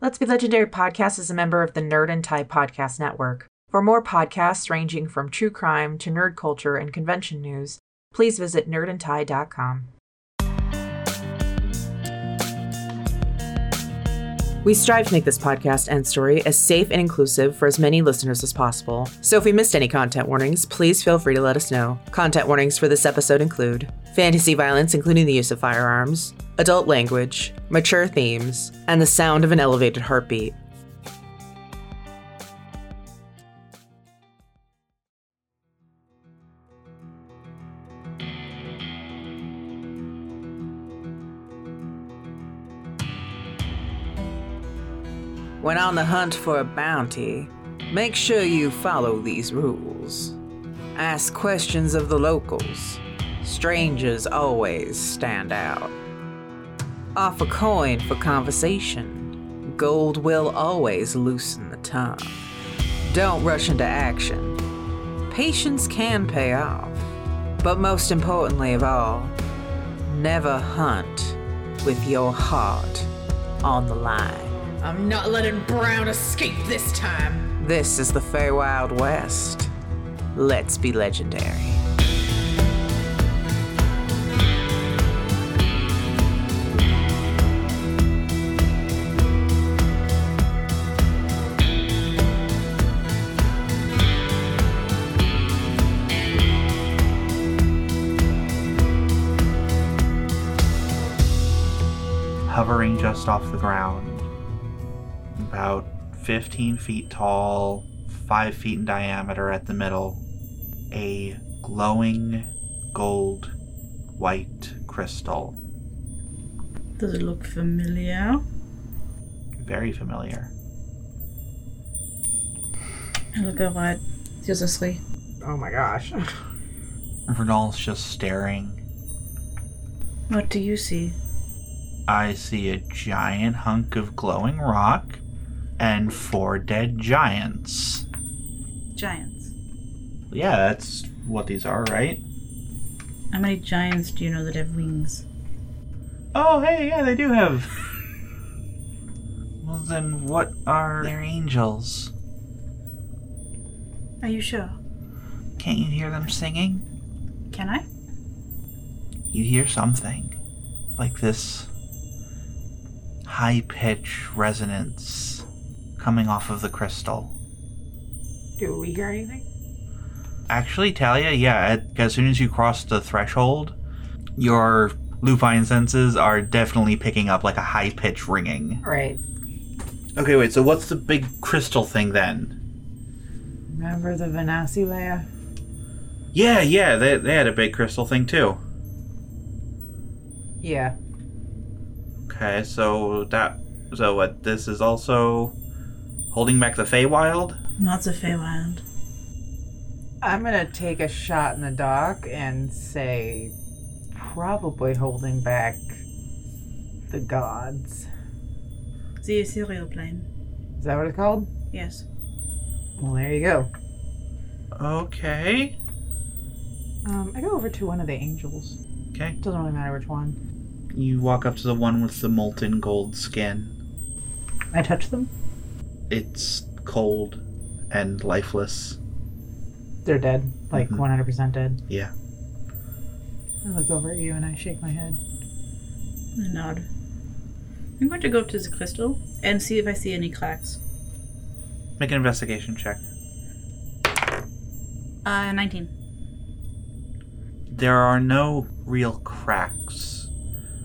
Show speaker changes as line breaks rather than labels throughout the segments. Let's Be Legendary podcast is a member of the Nerd and Tie Podcast Network. For more podcasts ranging from true crime to nerd culture and convention news, please visit nerdandtie.com. We strive to make this podcast and story as safe and inclusive for as many listeners as possible. So if we missed any content warnings, please feel free to let us know. Content warnings for this episode include fantasy violence, including the use of firearms, adult language, mature themes, and the sound of an elevated heartbeat. When on the hunt for a bounty, make sure you follow these rules. Ask questions of the locals. Strangers always stand out. Offer coin for conversation. Gold will always loosen the tongue. Don't rush into action. Patience can pay off. But most importantly of all, never hunt with your heart on the line.
I'm not letting Brown escape this time.
This is the Feywild West. Let's be legendary.
hovering just off the ground, about 15 feet tall, 5 feet in diameter at the middle, a glowing gold white crystal.
Does it look familiar?
Very familiar.
I look over at Josephly.
Oh my gosh.
Vernal's just staring.
What do you see?
I see a giant hunk of glowing rock and four dead giants.
Giants.
Yeah, that's what these are, right?
How many giants do you know that have wings?
Oh, hey, yeah, they do have. well, then what are their angels?
Are you sure?
Can't you hear them singing?
Can I?
You hear something. Like this high pitch resonance coming off of the crystal.
Do we hear anything?
Actually, Talia, yeah, at- as soon as you cross the threshold, your lupine senses are definitely picking up like a high pitch ringing.
Right.
Okay, wait, so what's the big crystal thing then?
Remember the Vanassi layer?
Yeah, yeah, they, they had a big crystal thing too.
Yeah.
Okay, so that. So what? This is also holding back the Feywild?
Lots of Feywild.
I'm gonna take a shot in the dark and say, probably holding back the gods.
The ethereal plane.
Is that what it's called?
Yes.
Well, there you go.
Okay.
Um, I go over to one of the angels.
Okay.
Doesn't really matter which one.
You walk up to the one with the molten gold skin.
I touch them.
It's cold and lifeless.
They're dead, like
Mhm.
100% dead.
Yeah.
I look over at you and I shake my head.
I nod. I'm going to go up to the crystal and see if I see any clacks.
Make an investigation check.
Uh, 19.
There are no real cracks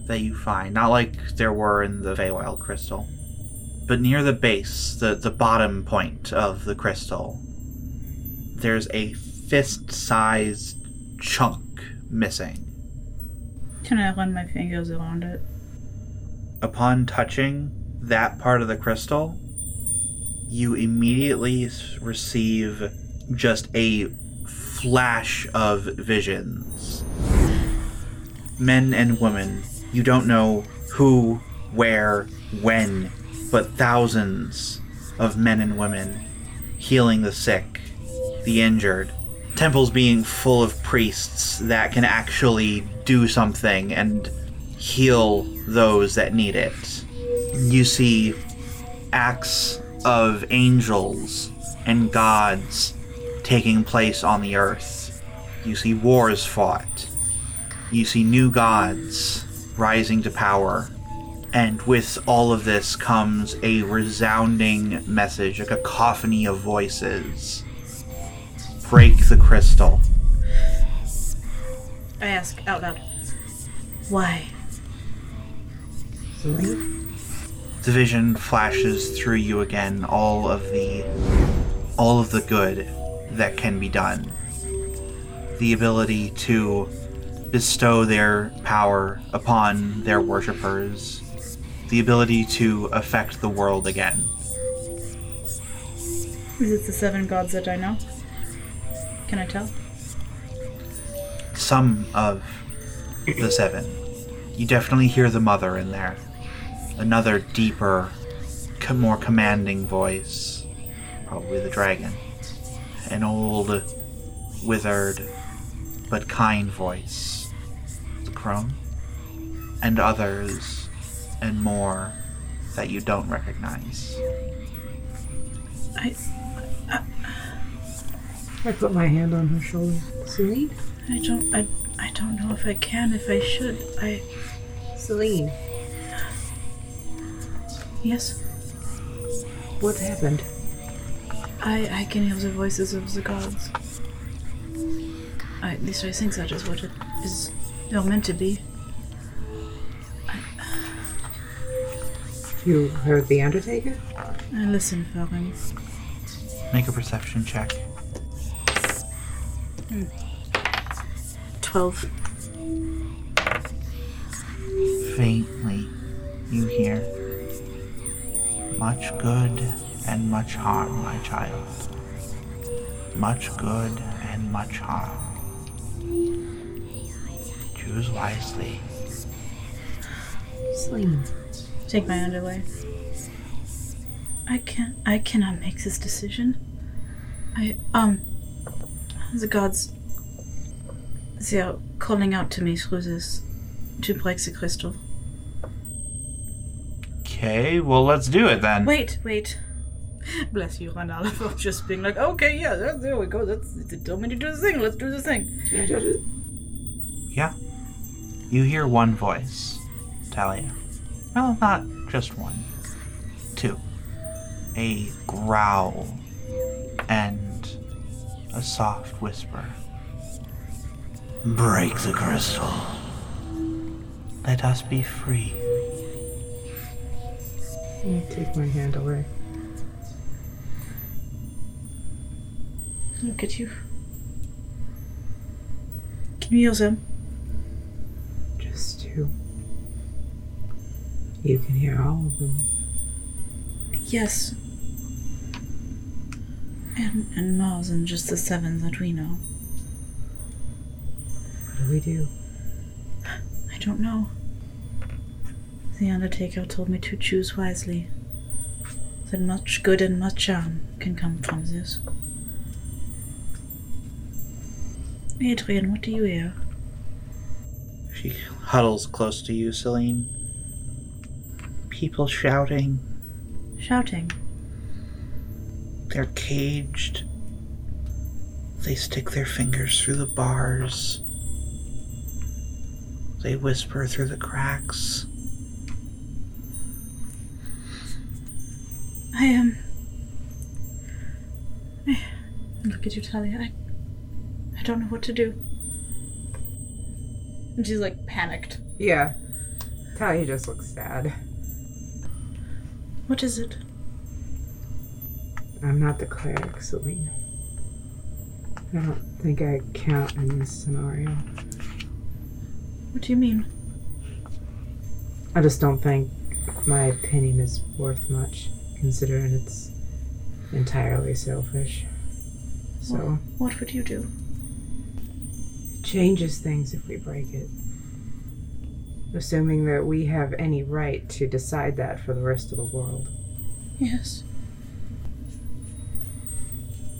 that you find, not like there were in the Feywild crystal. But near the base, the, the bottom point of the crystal, there's a fist sized chunk missing.
Can I run my fingers around it?
Upon touching that part of the crystal, you immediately s- receive just a flash of visions. Men and women, you don't know who, where, when, but thousands of men and women healing the sick, the injured, temples being full of priests that can actually do something and heal those that need it. You see acts of angels and gods taking place on the earth. You see wars fought. You see new gods rising to power. And with all of this comes a resounding message, a cacophony of voices. Break the crystal.
I ask out loud. Why?
The vision flashes through you again, all of the all of the good that can be done. The ability to bestow their power upon their worshippers. The ability to affect the world again.
Is it the seven gods that I know? Can I tell?
Some of the seven. You definitely hear the mother in there. Another deeper, co- more commanding voice. Probably the dragon. An old, withered, but kind voice. The crone. And others, and more, that you don't recognize.
I
I put my hand on her shoulder.
Celine?
I don't I I don't know if I can, if I should. I
Celine,
yes.
what happened?
I I can hear the voices of the gods. I, at least I think that is what it is they're meant to be.
You heard the Undertaker?
I listen for him.
Make a perception check.
Twelve.
faintly you hear much good and much harm my child much good and much harm choose wisely
Celine.
Take my hand away. I can't. I cannot make this decision. I um. The gods. They are calling out to me through this, to break the crystal.
okay well let's do it then
Wait, wait. Bless you, Ranala, for just being like, okay, yeah, there, there we go. That's they told me to do the thing. Let's do the thing.
yeah you hear one voice talia well not just one two a growl and a soft whisper Break the crystal. Let us be free.
You take my hand away.
Look at you. Can you hear them?
Just two. You can hear all of them.
Yes. And and more than just the seven that we know.
What do we do?
I don't know. The Undertaker told me to choose wisely. That much good and much harm can come from this. Adrian, what do you hear?
She huddles close to you, Celine. People shouting.
Shouting.
They're caged. They stick their fingers through the bars. They whisper through the cracks.
I am. Um, look at you, Talia. I, I don't know what to do. And she's like panicked.
Yeah. Talia just looks sad.
What is it?
I'm not the cleric, Celine. I don't think I count in this scenario.
What do you mean?
I just don't think my opinion is worth much, considering it's entirely selfish. So.
What would you do?
changes things if we break it. Assuming that we have any right to decide that for the rest of the world.
Yes.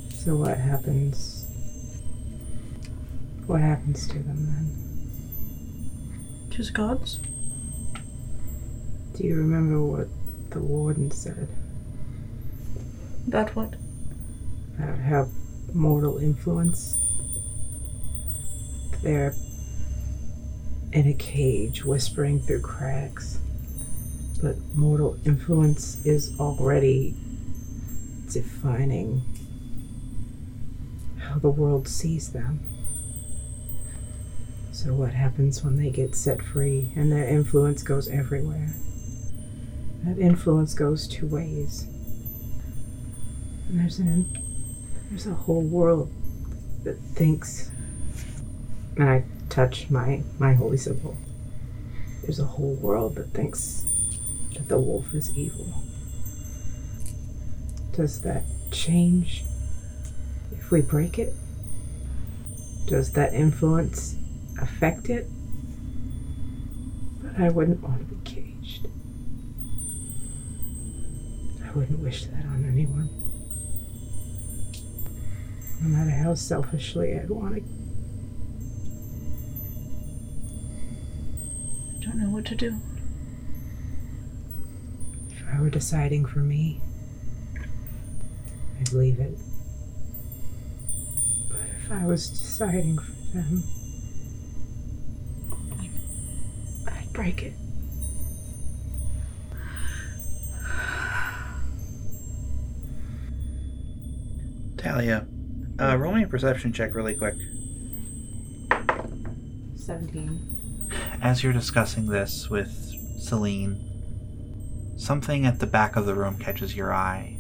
So what happens? What happens to them then?
To the gods?
Do you remember what the warden said?
About what?
that have mortal influence. They're in a cage, whispering through cracks. But mortal influence is already defining how the world sees them. So, what happens when they get set free and their influence goes everywhere? That influence goes two ways. And there's an there's a whole world that thinks. And I touch my, my holy symbol. There's a whole world that thinks that the wolf is evil. Does that change if we break it? Does that influence affect it? But I wouldn't want to be caged. I wouldn't wish that on anyone no matter how selfishly I'd want to.
I don't know what to do.
If I were deciding for me, I'd leave it. But if I was deciding for them, I'd break it.
Talia, uh, roll me a perception check really quick.
17.
As you're discussing this with Celine, something at the back of the room catches your eye.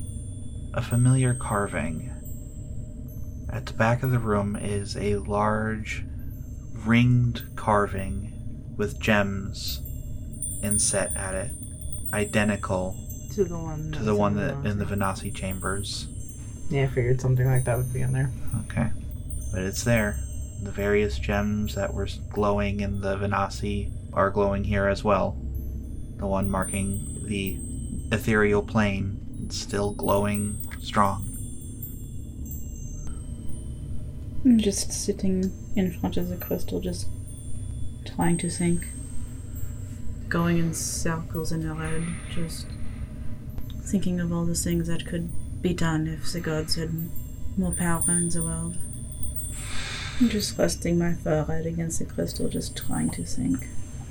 A familiar carving. At the back of the room is a large ringed carving with gems inset at it, identical
To the one.
to the one that in the Venasi chambers.
Yeah, I figured something like that would be in there.
Okay. But it's there. The various gems that were glowing in the Venasi are glowing here as well. The one marking the ethereal plane is still glowing strong.
I'm just sitting in front of the crystal, just trying to think. Going in circles in her head, just thinking of all the things that could be done if the gods had more power in the world. I'm just resting my forehead against the crystal, just trying to think.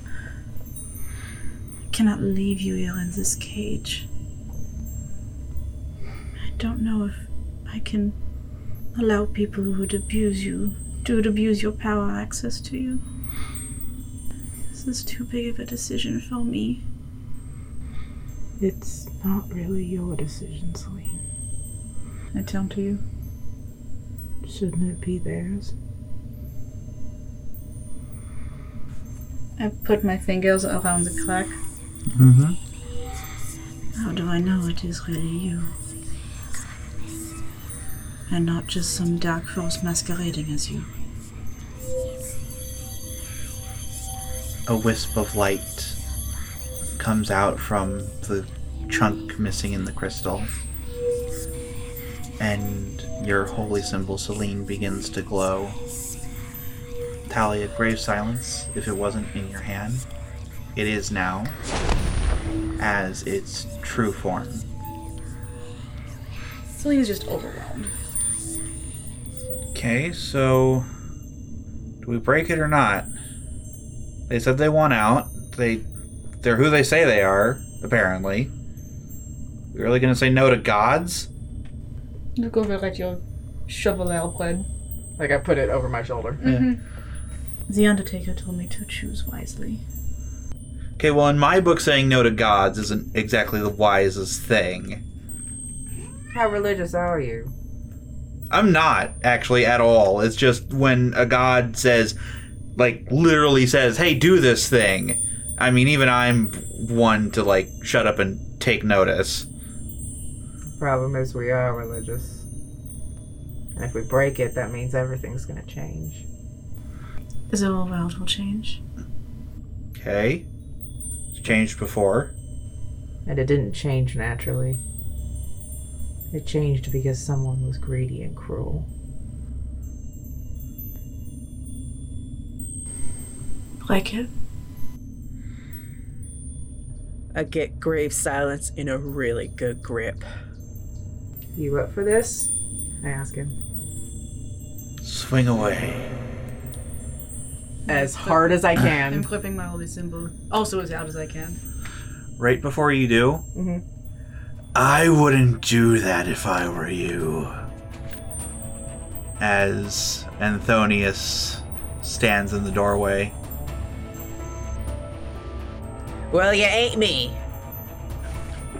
I cannot leave you here in this cage. I don't know if I can allow people who would abuse you to would abuse your power access to you. This is too big of a decision for me.
It's not really your decision, Celine.
I turn to you.
Shouldn't it be theirs?
I put my fingers around the crack.
Mm-hmm.
How do I know it is really you? And not just some dark force masquerading as you.
A wisp of light comes out from the chunk missing in the crystal. And your holy symbol, Selene, begins to glow. Talia, grave silence if it wasn't in your hand. It is now, as its true form.
Celine's just overwhelmed.
Okay, so. Do we break it or not? They said they want out. They. They're who they say they are, apparently. We really gonna say no to gods?
Look over at your shovel bread.
Like I put it over my shoulder.
The Undertaker told me to choose wisely.
Okay, well, in my book, saying no to gods isn't exactly the wisest thing.
How religious are you?
I'm not, actually, at all. It's just when a god says, like, literally says, hey, do this thing. I mean, even I'm one to, like, shut up and take notice.
Problem is, we are religious. And if we break it, that means everything's gonna change.
The whole world will change.
Okay. It's changed before.
And it didn't change naturally. It changed because someone was greedy and cruel.
Like it?
I get grave silence in a really good grip.
You up for this? I ask him.
Swing away.
as hard as I
I'm
can.
clipping my holy symbol. Also as out as I can.
Right before you do,
Mm-hmm.
Mhm.
I wouldn't do that if I were you. As Anthonius stands in the doorway.
Well, you ain't me.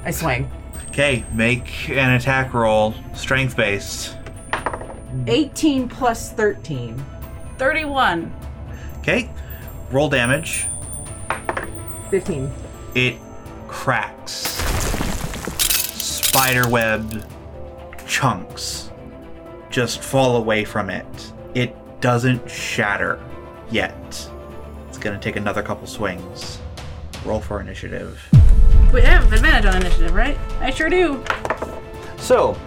I swing.
Okay, make an attack roll, strength based.
18 plus 13.
31.
Okay, roll damage.
15.
It cracks. Spiderweb chunks just fall away from it. It doesn't shatter yet. It's gonna take another couple swings. Roll for initiative.
We have advantage on initiative, right? I sure do.
So,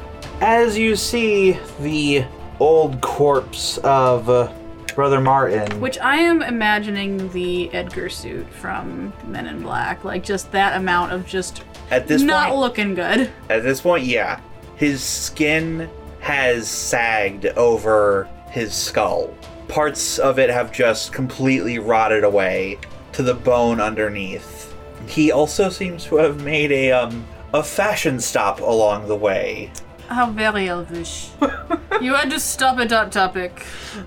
as you see the old corpse of uh, Brother Martin.
Which I am imagining the Edgar suit from Men in Black. Like just that amount of just
at this
not
point,
looking good.
at this point, yeah, his skin has sagged over his skull. Parts of it have just completely rotted away to the bone underneath. He also seems to have made a um a fashion stop along the way.
How very elvish. you had to stop at that topic.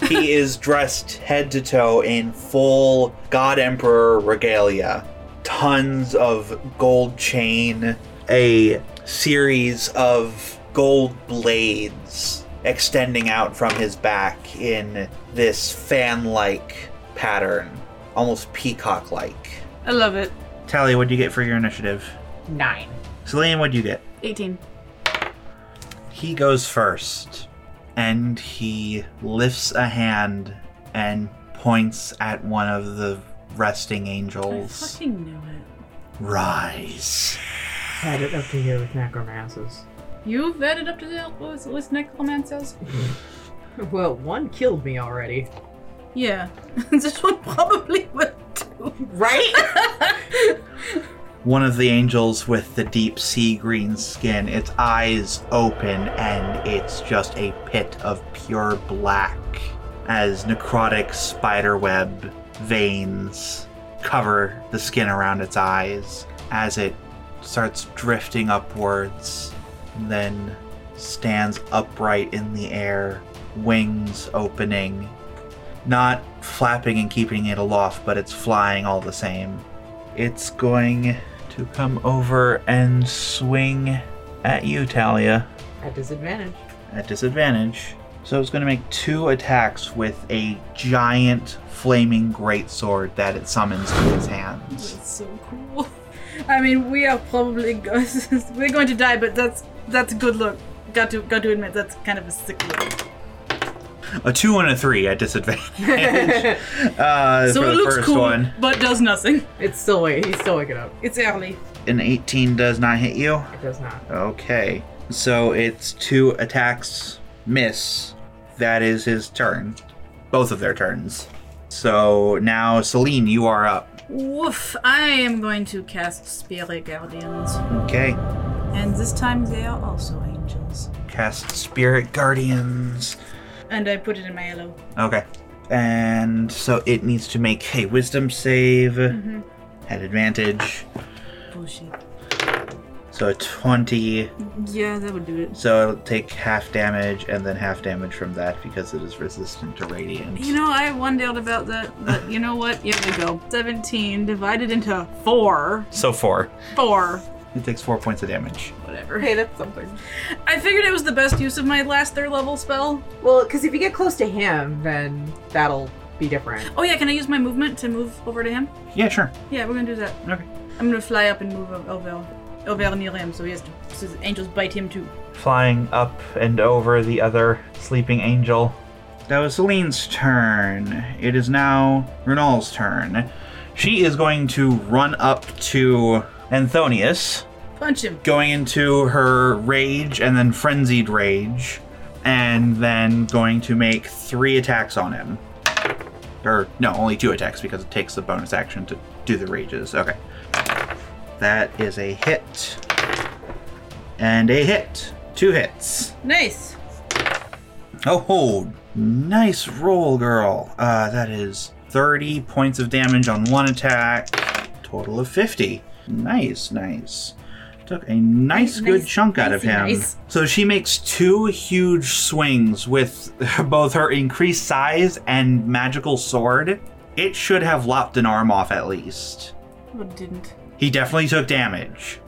he is dressed head to toe in full God Emperor regalia. Tons of gold chain, a series of gold blades extending out from his back in this fan like pattern, almost peacock like.
I love it.
Tally, what'd you get for your initiative?
Nine.
Celine, what'd you get?
18.
He goes first, and he lifts a hand and points at one of the resting angels.
Fucking knew it.
Rise.
Had it up to here with necromancers.
You've added up to the was was necromancers?
Well, one killed me already.
Yeah. this one probably would too.
Right?
One of the angels with the deep sea green skin, its eyes open, and it's just a pit of pure black as necrotic spiderweb veins cover the skin around its eyes as it starts drifting upwards and then stands upright in the air, wings opening. Not flapping and keeping it aloft, but it's flying all the same. It's going to come over and swing at you, Talia,
At disadvantage.
at disadvantage. So it's going to make two attacks with a giant flaming greatsword that it summons to its hands.
That's so cool. I mean, we are probably go- we're going to die, but that's that's a good look. Got to got to admit, that's kind of a sick look.
A two and a three at disadvantage. uh,
So
for
it
the
looks
first
cool,
one,
but does nothing.
It's still wait. He's still waking up.
It's early.
an 18 does not hit you.
It does not.
Okay, so it's two attacks miss. That is his turn. Both of their turns. So now, Celine, you are up.
Woof! I am going to cast Spirit Guardians,
Okay.
and this time they are also angels.
Cast Spirit Guardians.
And I put it in my yellow.
Okay. And so it needs to make a Wisdom save
Mm-hmm.
at advantage.
Bullshit.
So a 20.
Yeah, that would do it.
So it'll take half damage and then half damage from that because it is resistant to radiant.
You know, I wondered about that, but you know what? Here we go. 17 divided into 4.
so four.
4.
It takes four points of damage.
Whatever.
Hey, that's something.
I figured it was the best use of my last third level spell.
Well, because if you get close to him, then that'll be different.
Oh, yeah, can I use my movement to move over to him?
Yeah, sure.
Yeah, we're gonna do that.
Okay.
I'm gonna fly up and move over over near him so he has to. So the angels bite him too.
Flying up and over the other sleeping angel. That was Celine's turn. It is now Renal's turn. She is going to run up to Anthonius.
Punch him.
going into her rage and then frenzied rage, and then going to make three attacks on him. Or, no, only two attacks because it takes the bonus action to do the rages. Okay. That is a hit. And a hit. Two hits.
Nice.
Oh, nice roll, girl. Uh, that is 30 points of damage on one attack, total of 50. Nice, nice. Took a nice, good
Nice,
chunk out of
nicey,
him.
nice.
So she makes two huge swings with both her increased size and magical sword. It should have lopped an arm off at least.
But didn't.
He definitely took damage.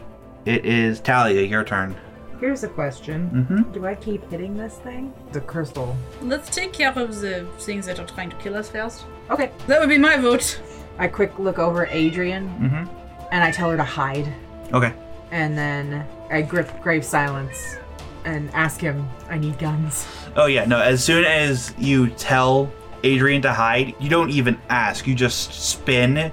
It is Talia, your turn.
Here's a question.
Mm hmm.
Do I keep hitting this thing? The crystal.
Let's take care of the things that are trying to kill us first.
Okay.
That would be my vote.
I quick look over at Adrian
Mm
and I tell her to hide.
hmm. Okay.
And then I grip Grave Silence and ask him, I need guns.
Oh yeah, no. As soon as you tell Adrian to hide, you don't even ask. You just spin,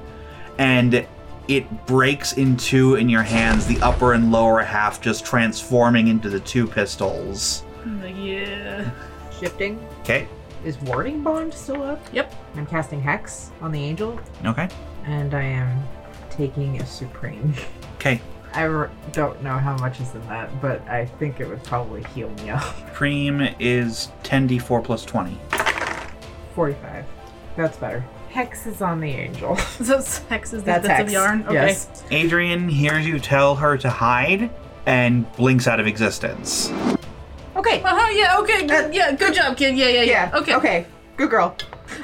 and it breaks in two in your hands. The upper and lower half just transforming into the two pistols.
I'm like, yeah.
Shifting.
Okay.
Is Warding Bond still up?
Yep.
I'm casting Hex on the Angel
Okay.
and I am taking a Supreme.
Okay.
I r- don't know how much is in that, but I think it would probably heal me up.
Cream is 10d4 plus 20.
45. That's better. Hex is on the Angel.
So sex is the bits of yarn. Okay.
Yes.
Adrian hears you tell her to hide and blinks out of existence.
Okay.
Uh huh. Yeah. Okay. Good, yeah. Good job, kid. Yeah. Yeah. Yeah.
Yeah. Okay. Good girl.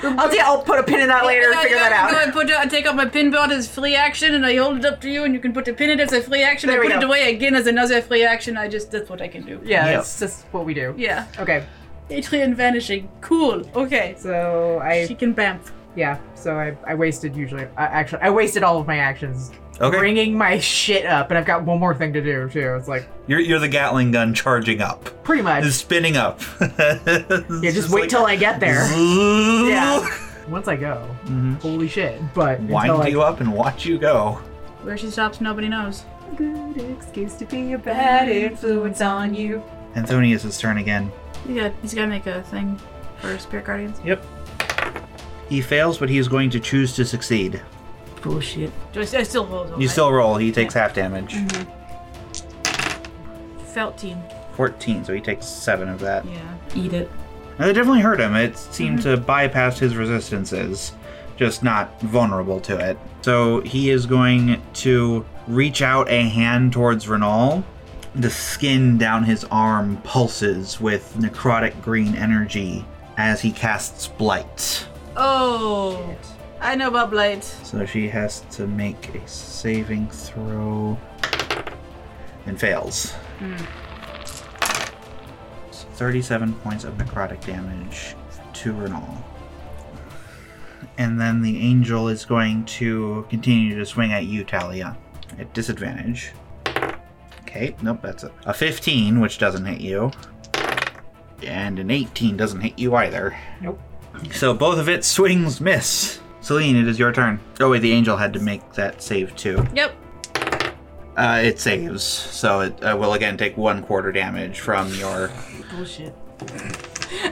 I'll, t- I'll put a pin in that later and
Yeah,
figure
yeah,
that out.
Go ahead, put it- I take out my pin belt as free action, and I hold it up to you, and you can put the pin in as a free action.
There
I
we
put it
go.
away again as another free action. I just that's what I can do.
Yeah,
Yep.
it's just what we do.
Yeah.
Okay.
Adrian vanishing. Cool. Okay.
So I
She can bamf.
yeah. So I, I wasted usually. I, actually, I wasted all of my actions.
Okay.
Bringing my shit up, and I've got one more thing to do too. It's like
You're, you're the Gatling gun charging up,
pretty much.
It's spinning up.
yeah. Just, wait till I get there.
yeah.
Yeah. Once I go,
Mm-hmm.
Mhm.
holy shit! But
Wind
until I,
you up and watch you go.
Where she stops, nobody knows.
good excuse to be a bad influence on you.
Anthonius' turn again.
You got. He's gotta make a thing for spirit guardians.
He fails, but he is going to choose to succeed.
Bullshit. Do I, I still roll? though,
You
right?
still roll. He takes half damage.
felt team.
14, so he takes 7 of that.
Yeah. Eat it.
And it definitely hurt him. It seemed to bypass his resistances, just not vulnerable to it. So he is going to reach out a hand towards Renal. The skin down his arm pulses with necrotic green energy as he casts Blight.
Oh. I know about blight.
So she has to make a saving throw and fails. It's 37 points of necrotic damage to Renal. And then the angel is going to continue to swing at you, Talia, at disadvantage. Okay, nope, that's a, a 15, which doesn't hit you. And an 18 doesn't hit you either.
Nope.
So both of its swings miss. Celine, it is your turn. Oh, wait, the angel had to make that save too.
Yep.
Uh, it saves, so it uh, will again take one quarter damage from your.
Bullshit.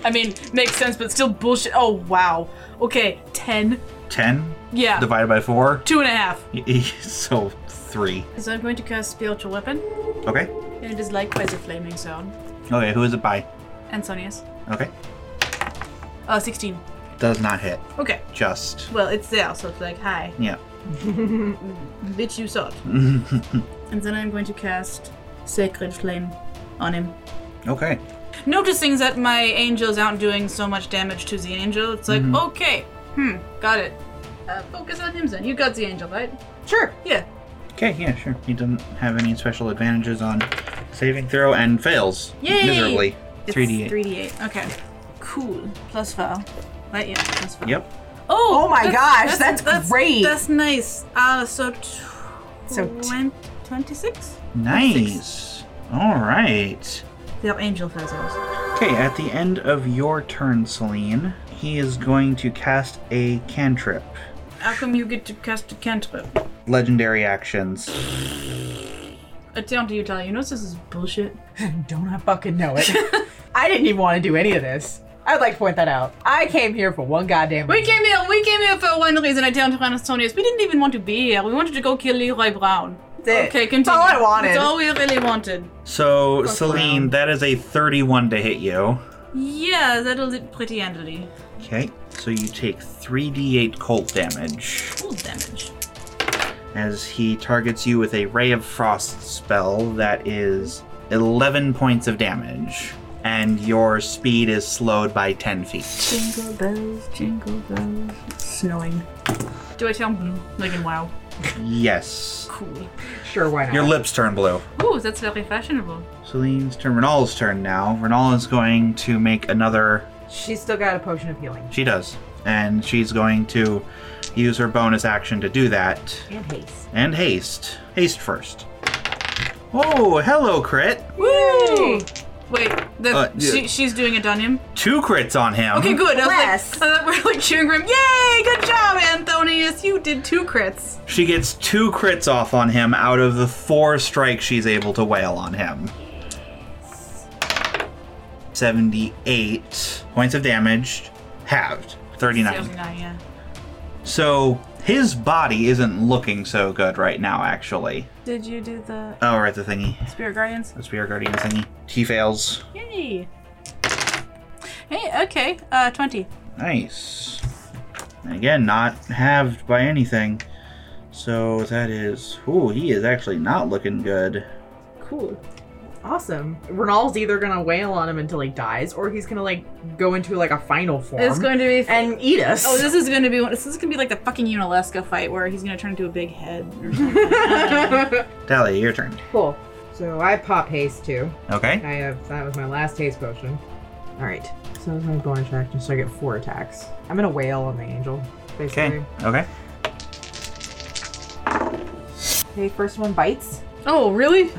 I mean, makes sense, but still bullshit. Oh wow. Okay, ten.
10
Yeah.
divided by 4
Two and a half.
so 3
So I'm going to cast spiritual weapon,
okay
and it is likewise a flaming sword.
okay who is it by
Ansonius.
okay
Oh, 16.
does not hit
Okay.
just
Well, it's there, so it's like, hi,
yeah
bitch, you suck. and then I'm going to cast Sacred Flame on him.
okay
Noticing that my angels aren't doing so much damage to the angel, it's like, okay, hmm, got it. Uh, focus on him then. You got the angel, right?
Sure.
Yeah.
okay yeah sure he doesn't have any special advantages on saving throw and fails
Yay!
miserably
It's
3d8
3d8. Okay. Cool. Plus foul. Right? Yeah, plus foul.
yep
Oh,
Oh my gosh, that's great.
That's nice. Uh, so, t-
So t-
20 26?
nice all right
They're angel feathers.
okay at the end of your turn celine he is going to cast a cantrip
How come you get to cast a cantrip?
legendary actions
It's down to you, Talia. You know this is bullshit.
Don't I fucking know it?
I didn't even want to do any of this. I'd like to point that out. I came here for one goddamn
We came here. We came here for one reason. I tell Tyrannosaurus. We didn't even want to be here. We wanted to go kill Leroy Brown.
That's it.
Okay, continue.
That's all I wanted.
That's all we really wanted.
So, Celine, that is a 31 to hit you.
Yeah, that'll do pretty handily.
Okay. So you take 3d8 cold damage
Cool damage.
as he targets you with a Ray of Frost spell that is 11 points of damage, and your speed is slowed by 10 feet.
Jingle bells, jingle bells. It's snowing.
Do I sound blue? Like in WoW.
Yes.
Cool.
Sure, why not?
Your lips turn blue.
Ooh, that's very fashionable.
Celine's turn. Renal's turn now. Renal is going to make another.
She's still got a potion of healing
She does. And she's going to use her bonus action to do that.
and haste.
And haste. Haste first. Oh, hello, crit.
Woo! Wait, the,
Uh, yeah.
she, she's doing it on him.
Two crits on him.
Okay, good. I was
Bless.
like, I thought we we're like cheering for him. Yay! Good job, Anthonius. You did two crits.
She gets two crits off on him out of the four strikes she's able to wail on him. 78 points of damage, halved. 39.
Seventy-nine, yeah.
So his body isn't looking so good right now, actually.
Did you do the
Oh, right, the thingy.
spirit guardians?
The spear guardian thingy. He fails.
Yay! Hey, okay. Uh, twenty.
Nice. And Again, not halved by anything. So that is. Ooh, he is actually not looking good.
Cool.
Um,
Awesome. Renal's either gonna wail on him until he dies, or he's gonna like go into like a final form
It's going to be.
and eat us.
Oh, this is going to be. one- This is going to be like the fucking Unalaska fight where he's going to turn into a big head. Or something.
Dahlia, your turn.
Cool. So I pop haste too.
Okay.
I have that was my last haste potion.
All right. So that was my bonus action, so I get four attacks.
I'm gonna wail on the angel, basically.
Okay. Okay.
Okay, first one bites,
oh, really?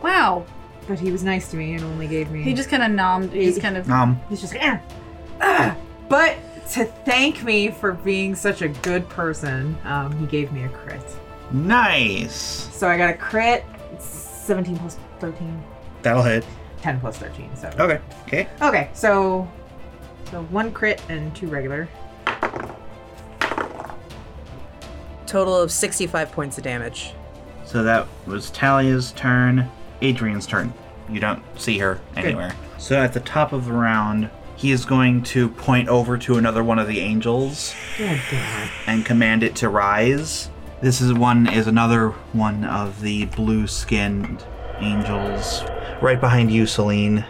Wow.
but he was nice to me and only gave me.
He just kind of nommed. He's kind of.
Um.
He's just like, "Ah, ah." but to thank me for being such a good person, um, he gave me a crit.
Nice.
So I got a crit, 17 plus 13,
That'll hit.
10 plus 13. So
Okay. Okay.
okay, so so one crit and two regular.
Total of 65 points of damage.
So that was Talia's turn. Adrian's turn. You don't see her anywhere. So at the top of the round, he is going to point over to another one of the angels and command it to rise. This is one is another one of the blue-skinned angels. Right behind you, Celine.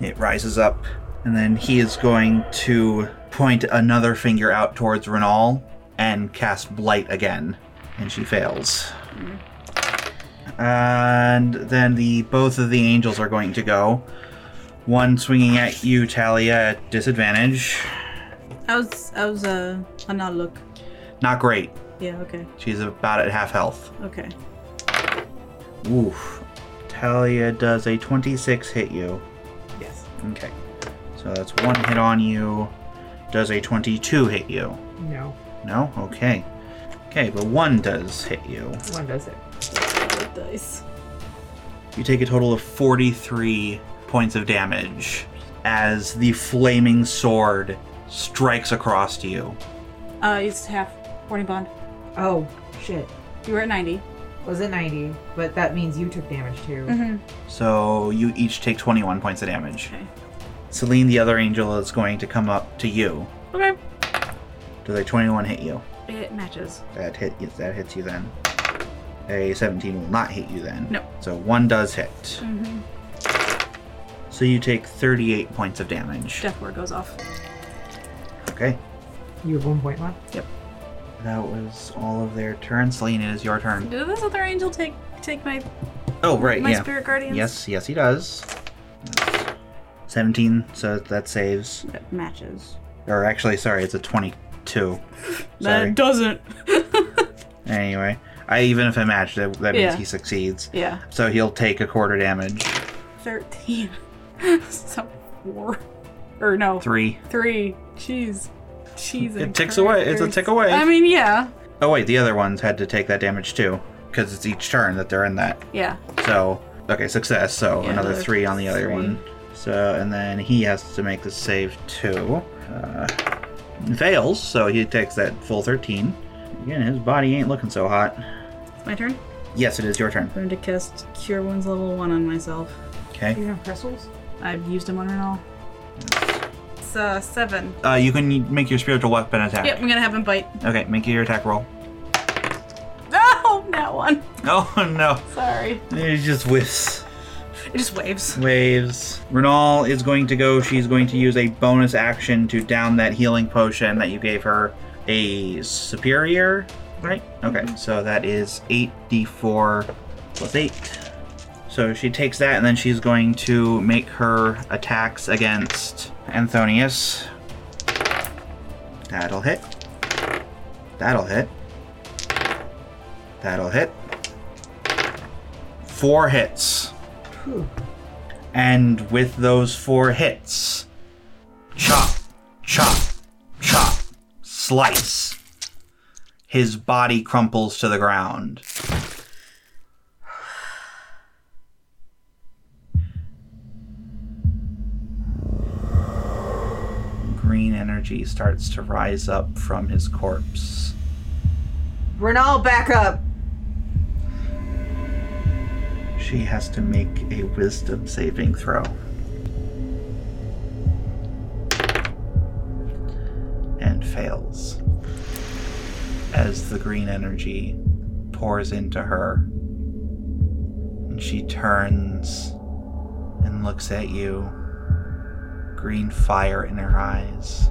It rises up, and then he is going to point another finger out towards Renal and cast Blight again. And she fails. And then the both of the angels are going to go. One swinging at you, Talia, at disadvantage.
I was. I was. Uh, on a look.
Not great.
Yeah. Okay.
She's about at half health.
Okay.
Oof. Talia does a 26 hit you.
Yes.
Okay. So that's one hit on you. Does a 22 hit you?
No,
No? Okay. Okay, but one does hit you.
one does it.
Dice.
You take a total of 43 points of damage as the flaming sword strikes across you.
Uh, it's half. Forty bond.
Oh shit.
You were at ninety.
Was it 90? But that means you took damage too.
Mm-hmm.
So you each take 21 points of damage.
Okay.
Celine, the other angel, is going to come up to you.
Okay.
Does a 21 hit you?
It matches.
That hit that hits you then. A 17 will not hit you then.
No. Mm-hmm.
So one does hit. So you take 38 points of damage.
Death ward goes off.
Okay.
You have one point left.
That was all of their turns. Celine, it is your turn.
Did this other angel take take my
Oh, right,
my
yeah.
spirit guardians?
Yes, yes, he does. That's 17, so that saves.
That matches.
Or actually, sorry, it's a 22. Sorry.
That Uh, doesn't.
Anyway, I even if I matched it, that means
Yeah.
he succeeds.
Yeah.
So he'll take a quarter damage.
Thirteen. so four. Or no.
Three.
Three. Jeez. Jeez.
It ticks away. It's a tick away.
I mean, yeah.
oh wait, the other ones had to take that damage too, because it's each turn that they're in that.
Yeah.
So okay, success. So
Yeah,
another
another
three on the other one. So and then he has to make the save too. Uh, fails, so he takes that full thirteen. Again, his body ain't looking so hot.
My turn.
Yes, it is your turn.
going to cast Cure Wounds level one on myself.
Okay.
You have crystals?
I've used them on and all. It's uh, seven.
Uh, you can make your spiritual weapon attack.
Yep, I'm gonna have him bite.
Okay, make your attack roll.
No, not one.
Oh no.
Sorry.
It just whiffs.
It just waves.
Waves. Renal is going to go. She's going to use a bonus action to down that healing potion that you gave her. A superior, right? Okay,
Mm-hmm.
so that is 8d4 plus 8. So she takes that and then she's going to make her attacks against Anthonius. That'll hit. That'll hit. That'll hit. Four hits. And with those four hits, chop, chop, chop, slice. His body crumples to the ground. Green energy starts to rise up from his corpse.
Renal, back up.
She has to make a wisdom saving throw. And fails. As the green energy pours into her. And she turns and looks at you. Green fire in her eyes.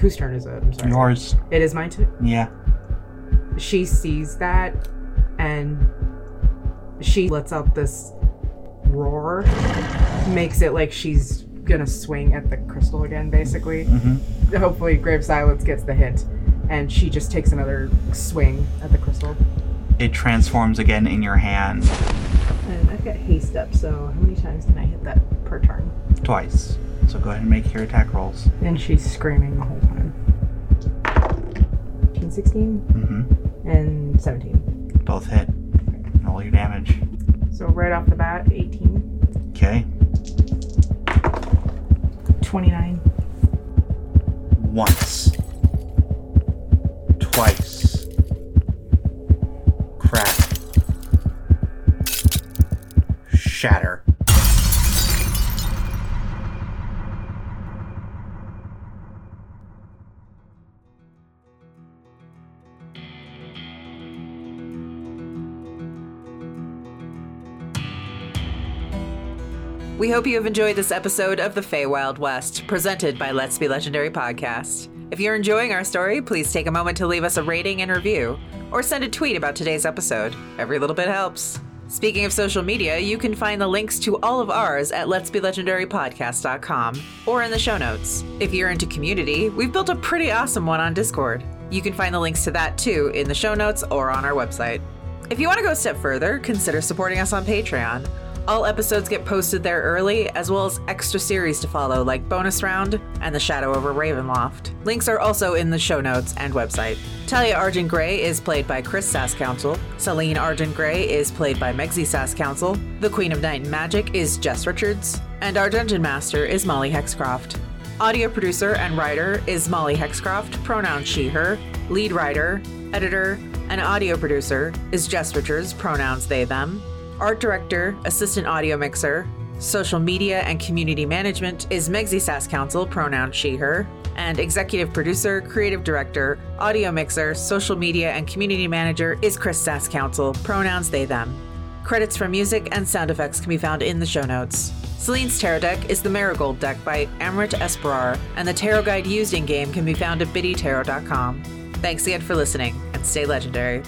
Whose turn is it? I'm sorry.
Yours.
It is mine too.
Yeah.
She sees that and she lets out this roar, makes it like she's gonna swing at the crystal again, basically.
Mm-hmm.
Hopefully, Grave Silence gets the hint. And she just takes another swing at the crystal.
It transforms again in your hand.
And I've got haste up, so how many times can I hit that per turn?
Twice. So go ahead and make your attack rolls.
And she's screaming the whole time. 15, 16,
hmm
and 17.
Both hit. Roll your damage.
So right off the bat, 18,
Okay.
29.
Once. Twice. Crack. Shatter.
We hope you have enjoyed this episode of The Feywild West, presented by Let's Be Legendary Podcast. If you're enjoying our story, please take a moment to leave us a rating and review, or send a tweet about today's episode. Every little bit helps. Speaking of social media, you can find the links to all of ours at Let's Be Legendary Podcast.com or in the show notes. If you're into community, we've built a pretty awesome one on Discord. You can find the links to that too in the show notes or on our website. If you want to go a step further, consider supporting us on Patreon. All episodes get posted there early, as well as extra series to follow, like Bonus Round and The Shadow Over Ravenloft. Links are also in the show notes and website. Talia Argent Grey is played by Chris Sasscouncil. Celine Argent Grey is played by Megzi Sasscouncil. The Queen of Night and Magic is Jess Richards. And our Dungeon Master is Molly Hexcroft. Audio producer and writer is Molly Hexcroft, pronoun she, her. Lead writer, editor, and audio producer is Jess Richards, pronouns they, them. Art director, assistant audio mixer. Social media and community management is Megzi Sass Council, pronoun she, her. And executive producer, creative director, audio mixer, social media and community manager is Chris Sass Council, pronouns they, them. Credits for music and sound effects can be found in the show notes. Celine's Tarot deck is the Marigold deck by Amrit Esperar, and the tarot guide used in game can be found at biddytarot.com. Thanks again for listening, and stay legendary.